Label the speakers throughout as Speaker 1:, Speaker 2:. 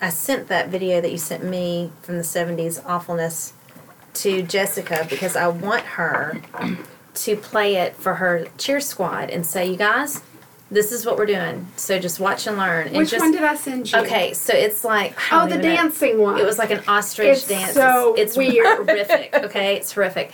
Speaker 1: I sent that video that you sent me from the 70s awfulness to Jessica because I want her to play it for her cheer squad and say, you guys, this is what we're doing. So just watch and learn. And
Speaker 2: Which
Speaker 1: just,
Speaker 2: one did I send you?
Speaker 1: Okay, so it's like I
Speaker 2: Oh,
Speaker 1: don't
Speaker 2: the
Speaker 1: even know.
Speaker 2: dancing one.
Speaker 1: It was like an ostrich
Speaker 2: It's
Speaker 1: dance.
Speaker 2: so
Speaker 1: it's
Speaker 2: weird.
Speaker 1: horrific. Okay, it's horrific.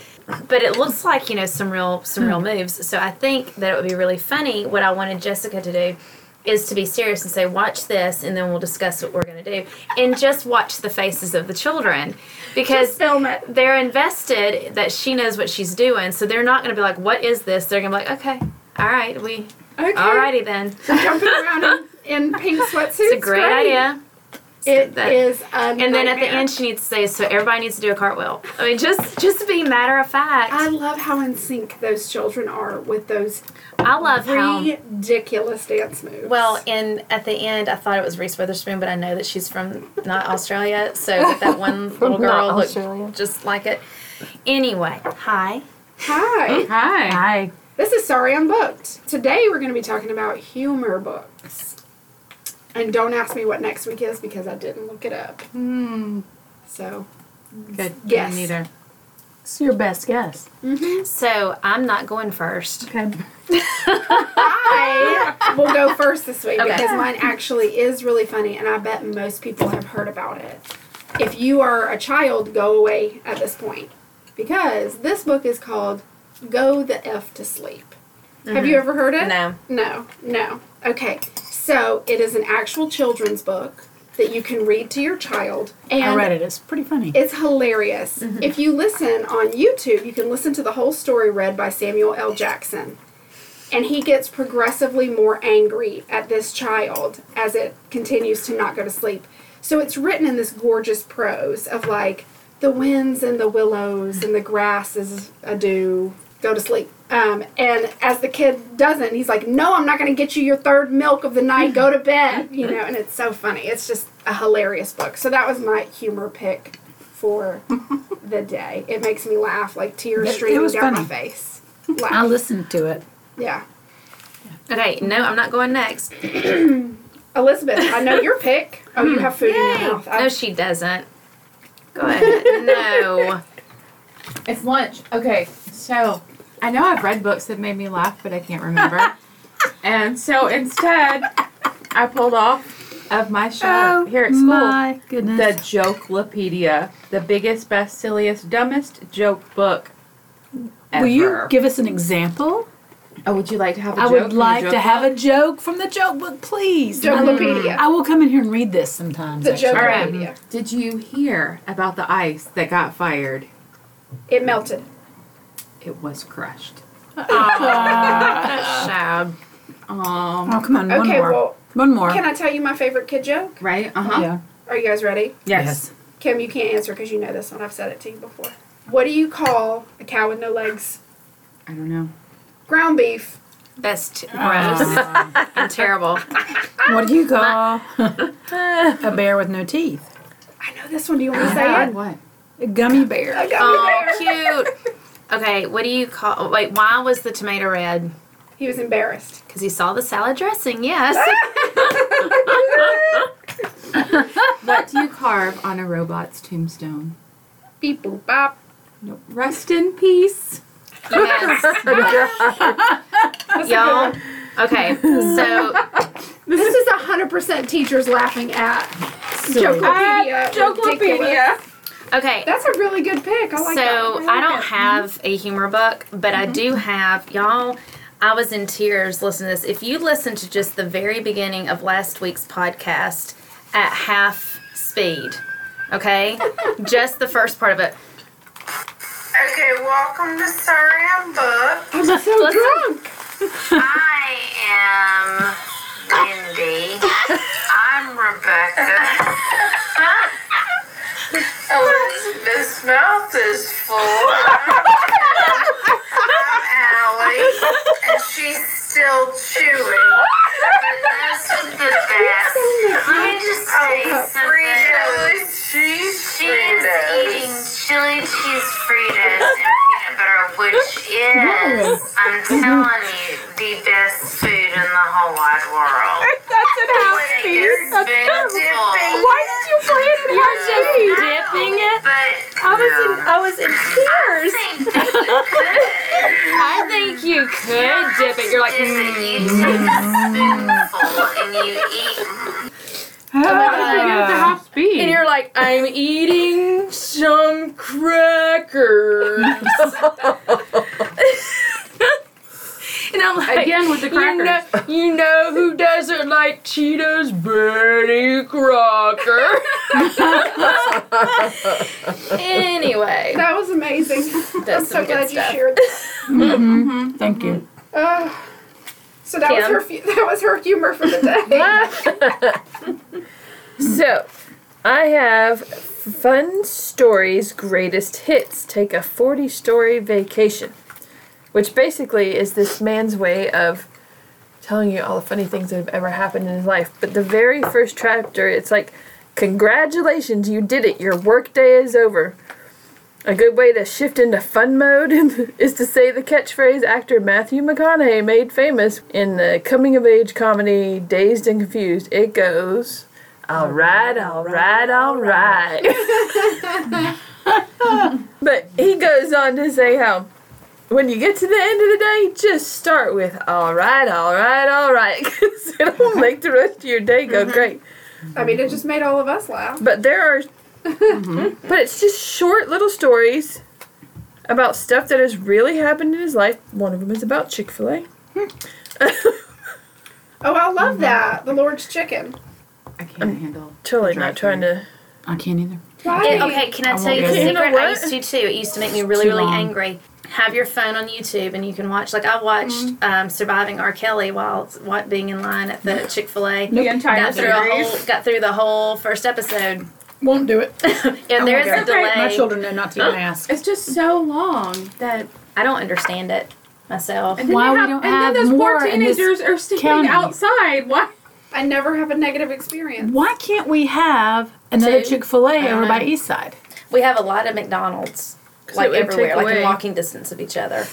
Speaker 1: But it looks like you know some real some real
Speaker 2: Hmm.
Speaker 1: moves. So I think that it would be really funny. What I wanted Jessica to do is to be serious and say, "Watch this," and then we'll discuss what we're going to do, and just watch the faces of the children because
Speaker 2: Just film it.
Speaker 1: they're invested that she knows what she's doing. So they're not going to be like, "What is this?" They're going to be like, "Okay, all right, we."
Speaker 2: Okay.
Speaker 1: Alrighty then.
Speaker 2: So jumping around in, in pink sweatsuits.
Speaker 1: It's a great idea.
Speaker 2: It
Speaker 1: That-
Speaker 2: is a
Speaker 1: And then at the
Speaker 2: nightmare.
Speaker 1: end, she needs to say, "So everybody needs to do a cartwheel." I mean, just just be matter of fact.
Speaker 2: I
Speaker 1: I,
Speaker 2: love how in sync those children are with those
Speaker 1: love how.
Speaker 2: ridiculous dance moves.
Speaker 1: Well, and at the end, I thought it was Reese Witherspoon, but I know that she's from not Australia, so that one little girl
Speaker 3: Not
Speaker 1: looked
Speaker 3: Australia.
Speaker 1: just like it. Anyway, hi. uh-huh.
Speaker 2: hi.
Speaker 4: Hi.
Speaker 3: Hi.
Speaker 2: This is Sorry I'm Booked. Today we're going to be talking about humor books. And don't ask me what next week is because I didn't look it up.
Speaker 4: Hmm.
Speaker 2: So,
Speaker 4: Good.
Speaker 2: Yes.
Speaker 4: Me neither.
Speaker 3: It's your best guess.
Speaker 2: mm-hmm.
Speaker 1: So I'm not going first.
Speaker 3: Okay.
Speaker 2: I will go first this week
Speaker 1: Okay.
Speaker 2: because mine actually is really funny, and I bet most people have heard about it. If you are a child, go away at this point because this book is called Go the F to Sleep. Have you
Speaker 3: Mm-hmm.
Speaker 2: ever heard it?
Speaker 1: No.
Speaker 2: No, no. Okay, so it is an actual children's book that you can read to your child. And
Speaker 3: I read it. It's pretty funny.
Speaker 2: it's hilarious. If you listen on YouTube, you can listen to the whole story read by Samuel L. Jackson. And he gets progressively more angry at this child as it continues to not go to sleep. So it's written in this gorgeous prose of like the winds and the willows and the grass is ado, go to sleep. Um, and as the kid doesn't, he's like, No, I'm not going to get you your third milk of the night, go to bed. You know, and it's so funny. It's just a hilarious book. So that was my humor pick for the day. It makes me laugh, like tears
Speaker 3: It- it
Speaker 2: streaming
Speaker 3: was
Speaker 2: down my
Speaker 3: funny.
Speaker 2: face.
Speaker 3: I
Speaker 2: Laugh.
Speaker 3: listened to it.
Speaker 2: yeah.
Speaker 1: Okay, no, I'm not going next.
Speaker 2: Elizabeth, I know your pick. Oh, you have food in your mouth. I-
Speaker 1: No, she doesn't. Go ahead. No.
Speaker 4: It's lunch. Okay, so I know I've read books that made me laugh, but I can't remember. and so instead, I pulled off of my shelf here at school
Speaker 3: Oh My goodness.
Speaker 4: the Jokelopedia, the biggest, best, silliest, dumbest joke book. Ever.
Speaker 3: Will you give us an example?
Speaker 4: Oh, would you like to have a
Speaker 3: I
Speaker 4: joke?
Speaker 3: would
Speaker 4: from
Speaker 3: like
Speaker 4: the
Speaker 3: to
Speaker 4: joke
Speaker 3: have
Speaker 4: book?
Speaker 3: a joke from the joke book, please.
Speaker 2: Jokelopedia.
Speaker 3: I will come in here and read this sometimes.
Speaker 2: the
Speaker 3: actually.
Speaker 4: Alright.
Speaker 2: Jokelopedia.
Speaker 4: Did you hear about the ice that got fired?
Speaker 2: It melted.
Speaker 4: It was crushed.
Speaker 1: Child.
Speaker 4: Um,
Speaker 3: Oh, come on. One
Speaker 2: Okay,
Speaker 3: more.
Speaker 2: well,
Speaker 3: one more.
Speaker 2: can I tell you my favorite kid joke?
Speaker 4: right? Uh huh.
Speaker 3: yeah.
Speaker 2: Are you guys ready?
Speaker 4: Yes.
Speaker 2: Kim, you can't answer because you know this one. I've said it to you before. What do you call a cow with no legs?
Speaker 4: I don't know.
Speaker 2: Ground beef.
Speaker 1: That's t- gross and terrible.
Speaker 3: What do you call a bear with no teeth?
Speaker 2: I know this one. Do you want to say
Speaker 4: Say
Speaker 2: it?
Speaker 4: What?
Speaker 3: A gummy bear.
Speaker 2: I got it there.
Speaker 1: Oh, cute. Okay, what do you call? Wait, why was the tomato red?
Speaker 2: He was embarrassed.
Speaker 1: Because he saw the salad dressing. Yes.
Speaker 4: What do you carve on a robot's tombstone?
Speaker 2: Beep boop bop.
Speaker 4: Nope. Rest in peace.
Speaker 1: yes.
Speaker 2: Oh
Speaker 1: Y'all. Okay. So
Speaker 2: This is hundred percent teachers laughing at
Speaker 1: uh,
Speaker 2: Jokelopedia. Ridiculous.
Speaker 1: okay.
Speaker 2: That's a really good pick. I like that.
Speaker 1: so
Speaker 2: one. Mm-hmm.
Speaker 1: I
Speaker 2: like
Speaker 1: don't
Speaker 2: it.
Speaker 1: have a humor book, but I do have y'all. I was in tears listening to this. If you listen to just the very beginning of last week's podcast at half speed, okay, just the first part of it.
Speaker 5: Okay, welcome to Sorry I'm Booked.
Speaker 2: I'm so drunk.
Speaker 5: I am Wendy. I'm Rebecca. Elizabeth's mouth is full. I'm Allie, and she's still chewing. But that's the best. Let me just say
Speaker 3: Oh,
Speaker 5: something.
Speaker 6: She is eating chili cheese Fritos and peanut butter with
Speaker 5: which is, I'm telling you, the best food in the whole wide world.
Speaker 3: That's an house
Speaker 5: When it
Speaker 3: piece.
Speaker 5: gets
Speaker 3: That's
Speaker 5: been
Speaker 3: terrible.
Speaker 5: dipping,
Speaker 3: Why did you play it
Speaker 1: You're
Speaker 3: in
Speaker 1: just
Speaker 3: house piece?
Speaker 1: dipping it.
Speaker 5: but
Speaker 3: I was in,
Speaker 5: no.
Speaker 3: I was in tears.
Speaker 5: think that you could.
Speaker 1: I think you could dip it. You're like,
Speaker 5: Dip
Speaker 1: mm.
Speaker 5: it, you take a spoonful and you eat.
Speaker 4: I forget the house speed.
Speaker 1: and you're like, I'm eating some crackers. and I'm like,
Speaker 4: Again with the
Speaker 1: You know, you know who doesn't like Cheetos? Betty Crocker. anyway,
Speaker 2: That was amazing. I'm
Speaker 1: that's some
Speaker 2: so
Speaker 1: good
Speaker 2: glad you
Speaker 1: stuff.
Speaker 2: shared that.
Speaker 3: Mm-hmm. Thank you.
Speaker 2: Uh, so that was
Speaker 1: Kim?
Speaker 2: her fu- that was her humor for the day.
Speaker 6: So, I have fun stories, greatest hits. Take a 40 story vacation, which basically is this man's way of telling you all the funny things that have ever happened in his life. But the very first chapter, it's like, Congratulations, you did it. Your work day is over. A good way to shift into fun mode is to say the catchphrase actor Matthew McConaughey made famous in the coming of age comedy Dazed and Confused. It goes, all right, all right, all right. but he goes on to say how when you get to the end of the day, just start with all right, all right, all right, because it'll
Speaker 4: Mm-hmm.
Speaker 6: make the rest of your day go great.
Speaker 2: I mean, it just made all of us laugh.
Speaker 6: But there are,
Speaker 4: Mm-hmm.
Speaker 6: but it's just short little stories about stuff that has really happened in his life. One of them is about Chick fil A.
Speaker 2: Oh, I love
Speaker 1: Mm-hmm.
Speaker 2: that the Lord's chicken.
Speaker 4: I can't handle.
Speaker 6: Totally not trying to.
Speaker 4: I can't either.
Speaker 2: Why?
Speaker 1: Yeah, okay, can I tell you the
Speaker 4: get
Speaker 6: it. You know
Speaker 1: secret? I
Speaker 6: what?
Speaker 1: used to too. It used to make me really,
Speaker 4: too
Speaker 1: really
Speaker 4: long.
Speaker 1: angry. Have your phone on YouTube and you can watch. Like I watched um, Surviving R. Kelly while what being in line at the Chick Fil A.
Speaker 4: The entire
Speaker 1: Got through a whole, got through the whole first episode,
Speaker 3: Won't do it.
Speaker 1: and there is a
Speaker 3: My
Speaker 1: delay. Oh.
Speaker 3: children know not to ask.
Speaker 4: It's just so long that
Speaker 1: I don't understand it myself.
Speaker 4: and then
Speaker 3: Why
Speaker 4: you
Speaker 3: we
Speaker 4: have,
Speaker 3: don't
Speaker 4: and
Speaker 3: have
Speaker 4: then those
Speaker 3: more
Speaker 4: poor
Speaker 3: in this
Speaker 4: teenagers are sticking
Speaker 3: county.
Speaker 4: outside. Why?
Speaker 2: I never have a negative experience.
Speaker 3: Why can't we have another
Speaker 1: Two.
Speaker 3: Chick Fil A over
Speaker 1: Uh-huh.
Speaker 3: by East Side?
Speaker 1: We have a lot of McDonald's,
Speaker 6: it
Speaker 1: like
Speaker 6: would
Speaker 1: everywhere,
Speaker 6: take
Speaker 1: like in
Speaker 6: away-
Speaker 1: walking distance of each other.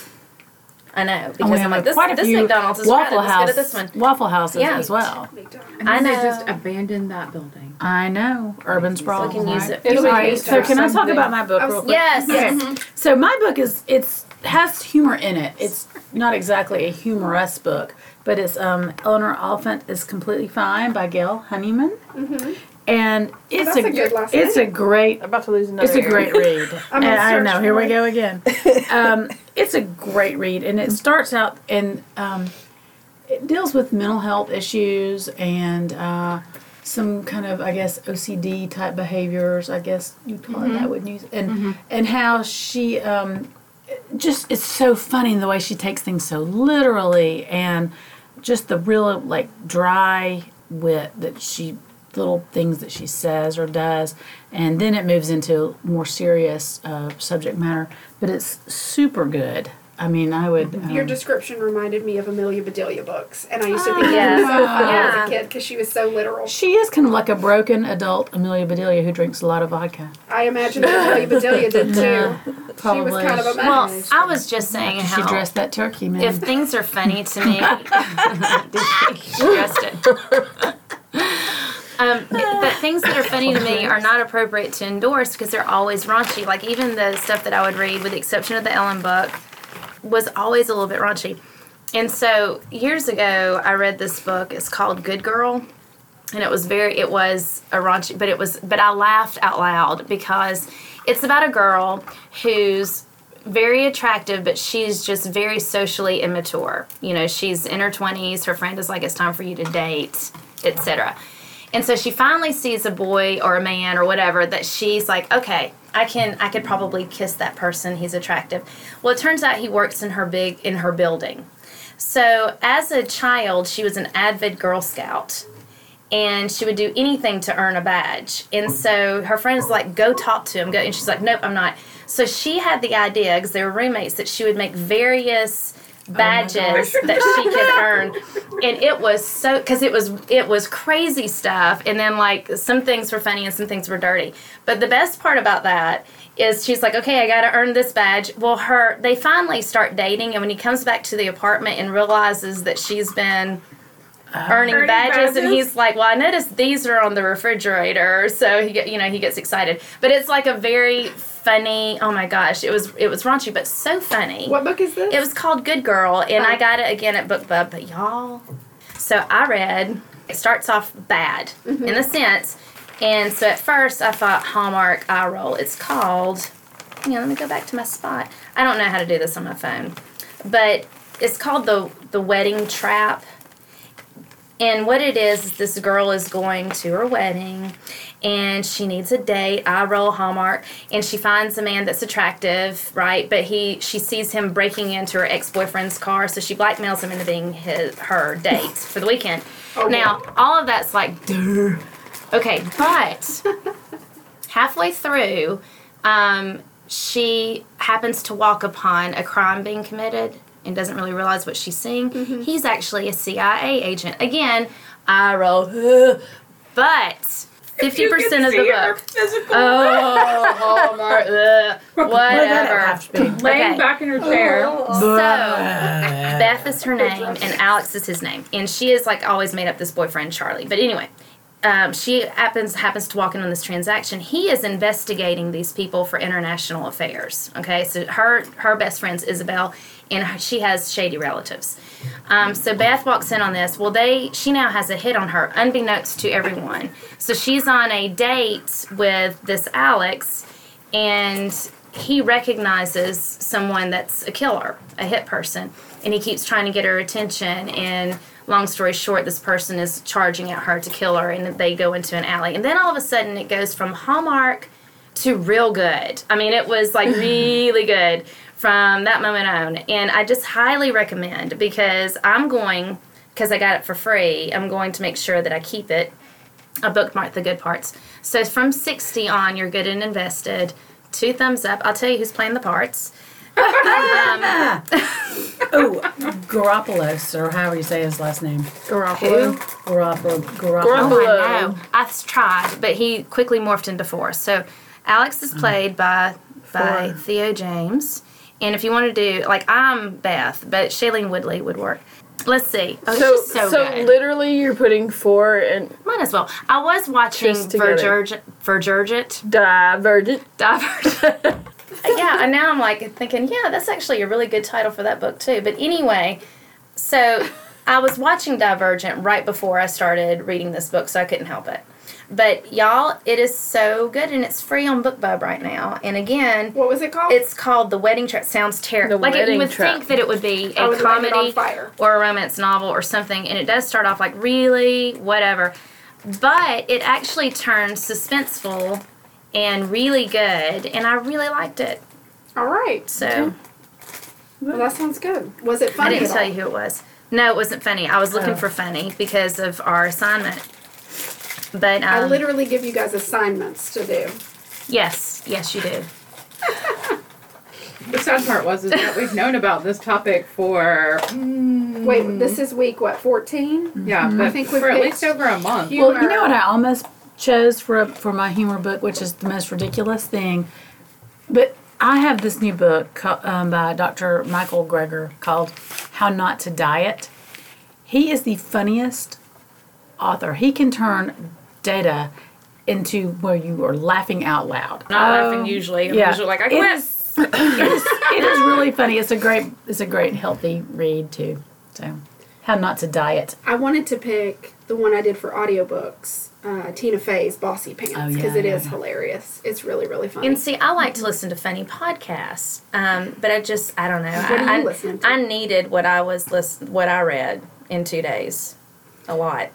Speaker 1: I know
Speaker 3: And
Speaker 1: because
Speaker 3: we
Speaker 1: I'm
Speaker 3: have
Speaker 1: like this.
Speaker 3: Oh, quite a
Speaker 1: This
Speaker 3: few
Speaker 1: McDonald's is
Speaker 3: Waffle
Speaker 1: crowded.
Speaker 3: House,
Speaker 1: Let's go to this one.
Speaker 3: Waffle houses
Speaker 1: Yeah.
Speaker 3: as well.
Speaker 2: McDonald's.
Speaker 4: And then
Speaker 1: I
Speaker 4: they just
Speaker 1: know.
Speaker 4: abandoned that building.
Speaker 3: I know. Urban sprawl.
Speaker 1: We can use it.
Speaker 3: All
Speaker 2: It'll
Speaker 3: right,
Speaker 2: be
Speaker 3: so can I talk
Speaker 4: something.
Speaker 3: about my book
Speaker 2: I was-
Speaker 3: real quick?
Speaker 1: Oh, Yes. Mm-hmm.
Speaker 3: Okay. So my book is it's has humor in it. It's not exactly a humorous book, but it's um, Eleanor Oliphant is completely fine by Gail Honeyman,
Speaker 1: Mm-hmm.
Speaker 3: and it's
Speaker 2: that's a good last
Speaker 3: it's a
Speaker 2: name.
Speaker 3: great
Speaker 6: I'm about to lose another.
Speaker 3: it's a great read.
Speaker 2: I'm gonna
Speaker 3: And I
Speaker 2: search
Speaker 3: know. Here
Speaker 2: for
Speaker 3: we
Speaker 2: it.
Speaker 3: go again. Um, it's a great read, and it starts out and um, it deals with mental health issues and uh, some kind of, I guess, OCD type behaviors. I guess you call it
Speaker 2: Mm-hmm.
Speaker 3: that, wouldn't you? And and how she um, just it's so funny the way she takes things so literally and just the real like dry wit that she little things that she says or does and then it moves into more serious uh, subject matter but it's super good i mean i would um,
Speaker 2: Your description reminded me of Amelia Bedelia books, and I used to think
Speaker 1: yeah.
Speaker 2: that was so funny
Speaker 1: Ah, Yeah.
Speaker 2: as a kid because she was so literal.
Speaker 3: she is kind of like a broken adult amelia bedelia who drinks a lot of vodka
Speaker 2: I imagine that Amelia Bedelia did too. She
Speaker 3: probably
Speaker 2: was kind of a mess.
Speaker 1: Well, I was just saying
Speaker 3: she
Speaker 1: how
Speaker 3: dressed that turkey man
Speaker 1: if things are funny to me, she dressed it. Um, but things that are funny to me are not appropriate to endorse because they're always raunchy. Like even the stuff that I would read, with the exception of the Ellen book, was always a little bit raunchy. And so years ago, I read this book. It's called Good Girl, and it was very, it was a raunchy, but it was, but I laughed out loud because it's about a girl who's very attractive, but she's just very socially immature. You know, she's in her twenties. Her friend is like, "It's time for you to date," etc. And so she finally sees a boy or a man or whatever that she's like, okay, I can I could probably kiss that person. He's attractive. Well, it turns out he works in her big in her building. So as a child, she was an avid Girl Scout. And she would do anything to earn a badge. And so her friends like, go talk to him. Go, and she's like, nope, I'm not. So she had the idea because they were roommates that she would make various badges that she could earn and it was so because it was it was crazy stuff and then like some things were funny and some things were dirty but the best part about that is she's like, okay, I got to earn this badge. Well, her they finally start dating, and when he comes back to the apartment and realizes that she's been
Speaker 2: Oh.
Speaker 1: earning,
Speaker 4: Earning
Speaker 1: badges, and
Speaker 4: badges?
Speaker 1: he's like, well, I noticed these are on the refrigerator, so he get- you know he gets excited. But it's like a very funny. Oh my gosh, it was it was raunchy, but so funny.
Speaker 2: What book is this?
Speaker 1: It was called Good Girl, and I
Speaker 2: Oh.
Speaker 1: got it again at BookBub. But y'all, so I read. It starts off bad
Speaker 2: Mm-hmm.
Speaker 1: in a sense, and so at first I thought Hallmark eye roll. It's called. Hang on, let me go back to my spot. I don't know how to do this on my phone, but it's called the the Wedding Trap. And what it is, is this girl is going to her wedding and she needs a date, I roll Hallmark, and she finds a man that's attractive, right? But he she sees him breaking into her ex-boyfriend's car, so she blackmails him into being his her date for the weekend. now, all of that's like duh. Okay, but halfway through, um, she happens to walk upon a crime being committed and doesn't really realize what she's seeing.
Speaker 4: Mm-hmm.
Speaker 1: He's actually a CIA agent. Again, I roll. "Ugh," But fifty percent of the book. Oh, Hallmark. ugh, whatever.
Speaker 4: Laying
Speaker 1: Okay.
Speaker 4: back in her chair.
Speaker 1: So Beth is her name and Alex is his name, and she is like always made up this boyfriend Charlie. But anyway, um, she happens happens to walk in on this transaction. He is investigating these people for international affairs. Okay, so her her best friend's Isabel, and her- she has shady relatives. Um, so Beth walks in on this. Well, they she now has a hit on her, unbeknownst to everyone. So she's on a date with this Alex, and he recognizes someone that's a killer, a hit person, and he keeps trying to get her attention. And long story short, this person is charging at her to kill her, and they go into an alley. And then all of a sudden, it goes from Hallmark to real good. I mean, it was like really good from that moment on. And I just highly recommend because I'm going, because I got it for free, I'm going to make sure that I keep it. I bookmarked the good parts. So from 60 on, you're good and invested. Two thumbs up. I'll tell you who's playing the parts. um,
Speaker 3: Oh, Garopolis, or however you say his last name.
Speaker 6: Garoppolo.
Speaker 3: Garopolis.
Speaker 1: oh,
Speaker 3: Garopolis.
Speaker 1: I know. I tried, but he quickly morphed into Forrest. So Alex is played by by Theo James. And if you want to do like I'm Beth, but Shailene Woodley would work. Let's see. Oh,
Speaker 6: so,
Speaker 1: she's so,
Speaker 6: so
Speaker 1: good.
Speaker 6: literally, you're putting four and
Speaker 1: Might as well. I was watching
Speaker 6: Just together.
Speaker 1: Vergergent, Vergergent
Speaker 6: divergent.
Speaker 1: Divergent. yeah, and now I'm like thinking, yeah, that's actually a really good title for that book too. But anyway, so I was watching Divergent right before I started reading this book, so I couldn't help it. But y'all, it is so good, and it's free on BookBub right now. And again,
Speaker 2: what was it called?
Speaker 1: it's called The Wedding Trap. Sounds terrible.
Speaker 6: The
Speaker 1: Like it, you
Speaker 6: Wedding
Speaker 1: would
Speaker 6: Trap.
Speaker 1: think that it would be
Speaker 2: I
Speaker 1: a
Speaker 2: would light it on
Speaker 1: comedy
Speaker 2: fire.
Speaker 1: or a romance novel or something, and it does start off like really whatever, but it actually turns suspenseful and really good, and I really liked it.
Speaker 2: All right.
Speaker 1: So
Speaker 2: Well, that sounds good. Was it
Speaker 1: I
Speaker 2: funny?
Speaker 1: didn't
Speaker 2: at
Speaker 1: tell
Speaker 2: all?
Speaker 1: you who it was. No, it wasn't funny. I was looking
Speaker 6: Oh.
Speaker 1: for funny because of our assignment. But um,
Speaker 2: I literally give you guys assignments to do.
Speaker 1: yes, yes, you do.
Speaker 4: The sad part was is that we've known about this topic for mm,
Speaker 2: Wait, this is week what? Fourteen.
Speaker 4: yeah, but
Speaker 2: think we've
Speaker 4: for at
Speaker 2: picked
Speaker 4: least over a month.
Speaker 2: you-
Speaker 3: Well, you know what I almost chose for for my humor book, which is the most ridiculous thing. But I have this new book co- um, by Dr. Michael Greger called "How Not to Diet." He is the funniest author. He can turn data into where you are laughing out loud. Um,
Speaker 1: Not laughing usually. I'm
Speaker 3: yeah.
Speaker 1: usually like I
Speaker 3: It
Speaker 1: quit.
Speaker 3: is- it is, it is really funny. It's a great it's a great healthy read too. So, how not to diet.
Speaker 2: I wanted to pick the one I did for audiobooks, uh, Tina Fey's Bossy Pants,
Speaker 3: Oh, yeah,
Speaker 2: because it
Speaker 3: yeah,
Speaker 2: is
Speaker 3: yeah.
Speaker 2: hilarious. It's really really funny.
Speaker 1: And see, I like to listen to funny podcasts, um, but I just I don't know.
Speaker 2: What are
Speaker 1: I,
Speaker 2: you
Speaker 1: I,
Speaker 2: listening to?
Speaker 1: I needed what I was listen, what I read in two days, a lot.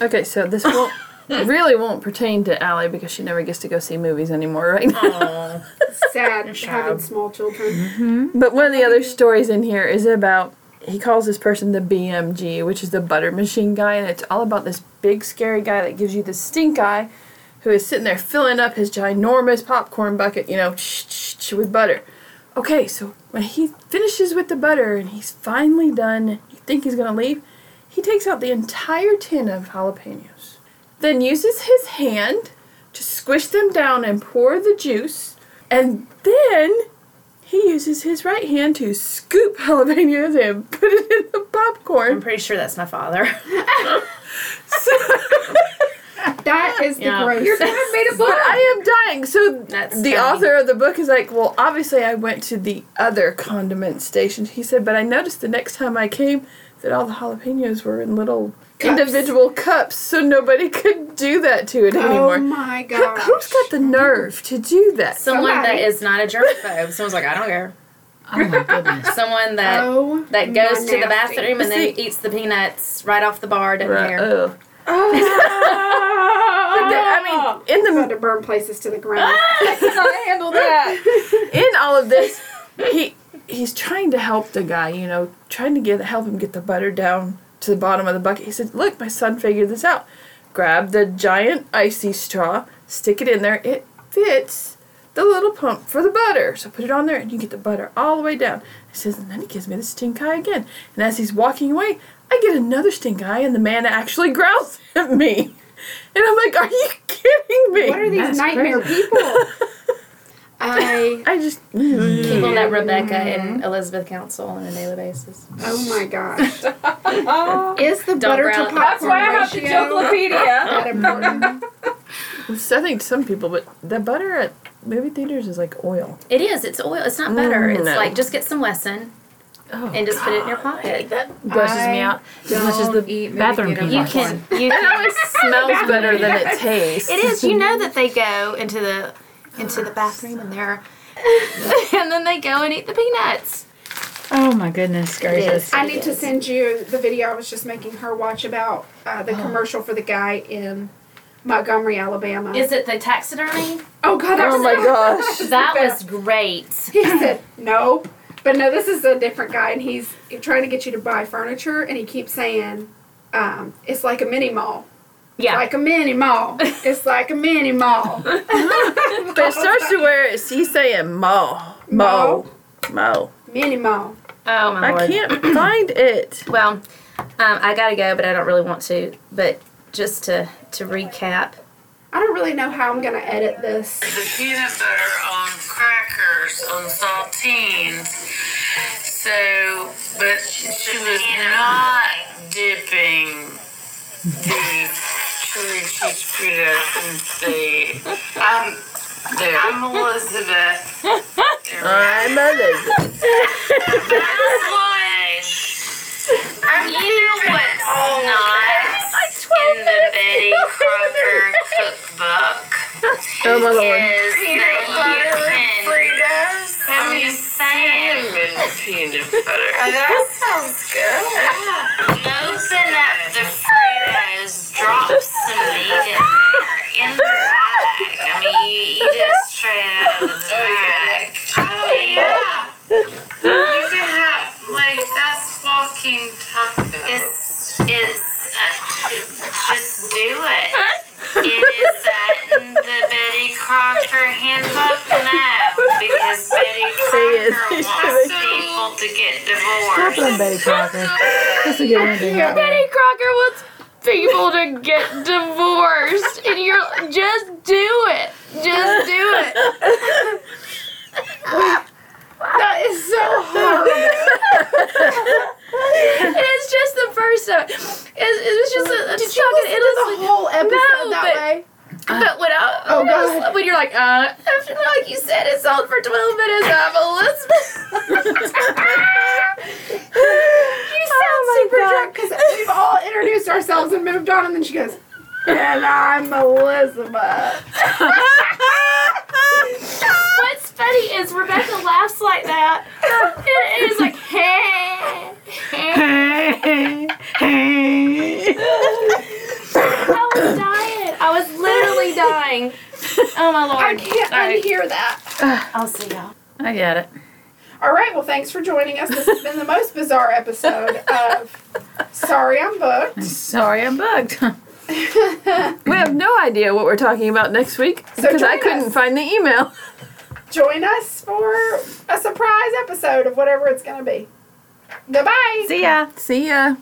Speaker 6: Okay, so this won't really won't pertain to Allie because she never gets to go see movies anymore right
Speaker 1: Oh,
Speaker 6: now.
Speaker 2: Sad
Speaker 1: child.
Speaker 2: having small children.
Speaker 6: But one of the other stories in here is about he calls this person the BMG, which is the butter machine guy, and it's all about this big scary guy that gives you the stink eye, who is sitting there filling up his ginormous popcorn bucket, you know, with butter. Okay, so when he finishes with the butter and he's finally done, you think he's gonna leave, he takes out the entire tin of jalapenos, then uses his hand to squish them down and pour the juice And then he uses his right hand to scoop jalapenos and put it in the
Speaker 1: I'm
Speaker 6: popcorn.
Speaker 1: pretty sure that's my father.
Speaker 2: That is the
Speaker 1: Yeah.
Speaker 2: gross.
Speaker 6: Your dad made a book. But I am dying. So
Speaker 1: That's
Speaker 6: the
Speaker 1: funny.
Speaker 6: author of the book is like, well, obviously I went to the other condiment station. He said, but I noticed the next time I came that all the jalapenos were in little
Speaker 2: Cups.
Speaker 6: individual cups, so nobody could do that to it anymore.
Speaker 2: Oh my
Speaker 6: Who,
Speaker 2: gosh.
Speaker 6: who's got the nerve to do that?
Speaker 1: Someone that
Speaker 2: Somebody.
Speaker 1: is not a germaphobe. Someone's like, I don't care.
Speaker 3: Oh my goodness.
Speaker 1: Someone that
Speaker 2: Oh,
Speaker 1: that goes
Speaker 2: my
Speaker 1: to the
Speaker 2: nasty.
Speaker 1: bathroom and then
Speaker 6: See-
Speaker 1: eats the peanuts right off the bar. Doesn't
Speaker 6: Right.
Speaker 1: care.
Speaker 6: ugh. But there- I mean, in
Speaker 2: I'm about
Speaker 6: the
Speaker 2: to burn places to the ground.
Speaker 6: handle that. In all of this, he he's trying to help the guy. You know, trying to get help him get the butter down to the bottom of the bucket. He said, "Look, my son figured this out. Grab the giant icy straw, stick it in there. It fits." The little pump for the butter. So put it on there and you get the butter all the way down. He says, and then he gives me the stink eye again. And as he's walking away, I get another stink eye and the man actually growls at me. And I'm like, are you kidding me?
Speaker 2: What are these
Speaker 3: That's
Speaker 2: nightmare people? I
Speaker 6: I just
Speaker 2: Mm-hmm.
Speaker 1: People that Rebecca and Elizabeth counsel on a daily basis.
Speaker 2: oh my gosh. is the butter
Speaker 1: growl
Speaker 2: to
Speaker 1: at-
Speaker 2: popcorn
Speaker 1: That's
Speaker 2: ratio
Speaker 4: Junglopedia.
Speaker 2: that important?
Speaker 6: It's- I think some people, but the butter at movie theaters is like oil.
Speaker 1: It is. It's oil. It's not butter.
Speaker 6: Mm,
Speaker 1: it's
Speaker 6: no.
Speaker 1: like just get some lesson
Speaker 6: Oh,
Speaker 1: and just put it in your pocket.
Speaker 3: Grosses me out as much as
Speaker 4: don't eat
Speaker 3: the bathroom
Speaker 4: maybe get a
Speaker 1: You
Speaker 3: peanuts.
Speaker 1: can. You
Speaker 6: I know
Speaker 1: can.
Speaker 6: it smells better than it tastes.
Speaker 1: it is. You know that they go into the into the bathroom and they're and then they go and eat the peanuts.
Speaker 3: Oh my goodness gracious.
Speaker 2: I need to send you the video I was just making her watch about uh,
Speaker 1: Oh.
Speaker 2: the commercial for the guy in Montgomery, Alabama.
Speaker 1: Is it the taxidermy?
Speaker 2: oh God! That
Speaker 6: Oh
Speaker 2: was
Speaker 6: my
Speaker 2: so-
Speaker 6: gosh.
Speaker 1: That was great.
Speaker 2: He said nope, but no, this is a different guy, and he's trying to get you to buy furniture, and he keeps saying um, it's like a mini mall.
Speaker 1: Yeah.
Speaker 2: Like a mini mall. It's like a mini mall.
Speaker 6: But it starts to where it's, he's saying mo, mo, mo.
Speaker 2: mini mall.
Speaker 1: Oh my
Speaker 6: I
Speaker 1: lord.
Speaker 6: can't find it.
Speaker 1: Well, um, I gotta go, but I don't really want to. But just to to recap,
Speaker 2: I don't really know how I'm gonna edit this.
Speaker 5: The peanut butter on crackers, on saltines. So, but she was not dipping the chili cheese pita in the. I'm, there. Um, I'm Elizabeth.
Speaker 6: I'm Elizabeth.
Speaker 5: That's why. You know what's not in the Betty Crocker cookbook?
Speaker 6: Oh my lord.
Speaker 5: is peanut butter and Fritos. I'm just saying. Peanut butter. Oh, that sounds good. Open up the Fritos, drop some meat in there, in the bag. I mean, you eat it straight out of the bag. Oh, yeah. You can have, like, that's walking tacos. It's, it's, uh, just do it. It is that in the Betty Crocker handbook? No, because Betty
Speaker 6: is.
Speaker 5: Crocker wants people to get divorced.
Speaker 3: Come on, Betty Crocker. That's a good one. to do right there.
Speaker 7: Betty Crocker wants people to get divorced, and you're just do it. Just do it.
Speaker 2: That is so hard.
Speaker 7: And it's just the first time. It, it was just a, a Did
Speaker 2: you listen to the whole episode
Speaker 7: No,
Speaker 2: that
Speaker 7: but-
Speaker 2: way?
Speaker 7: But when I,
Speaker 2: Oh,
Speaker 7: when, I was-
Speaker 2: God.
Speaker 7: when you're like, uh, after, like you said, it's on for 12 minutes, I'm Elizabeth.
Speaker 2: You sound
Speaker 7: Oh
Speaker 2: super drunk because we've all introduced ourselves and moved on, and then she goes, and I'm Elizabeth.
Speaker 7: What's funny is Rebecca laughs like that. And it is like, hey, hey. I was dying. I was literally dying. Oh my lord.
Speaker 2: I can't unhear that.
Speaker 7: I'll see y'all.
Speaker 3: I get it.
Speaker 2: All right, well, thanks for joining us. This has been the most bizarre episode of Sorry I'm Booked.
Speaker 3: Sorry I'm bugged.
Speaker 6: We have no idea what we're talking about next week because I
Speaker 2: join
Speaker 6: couldn't
Speaker 2: us.
Speaker 6: find the email.
Speaker 2: Join us for a surprise episode of whatever it's going to be. Goodbye.
Speaker 6: See ya. See ya.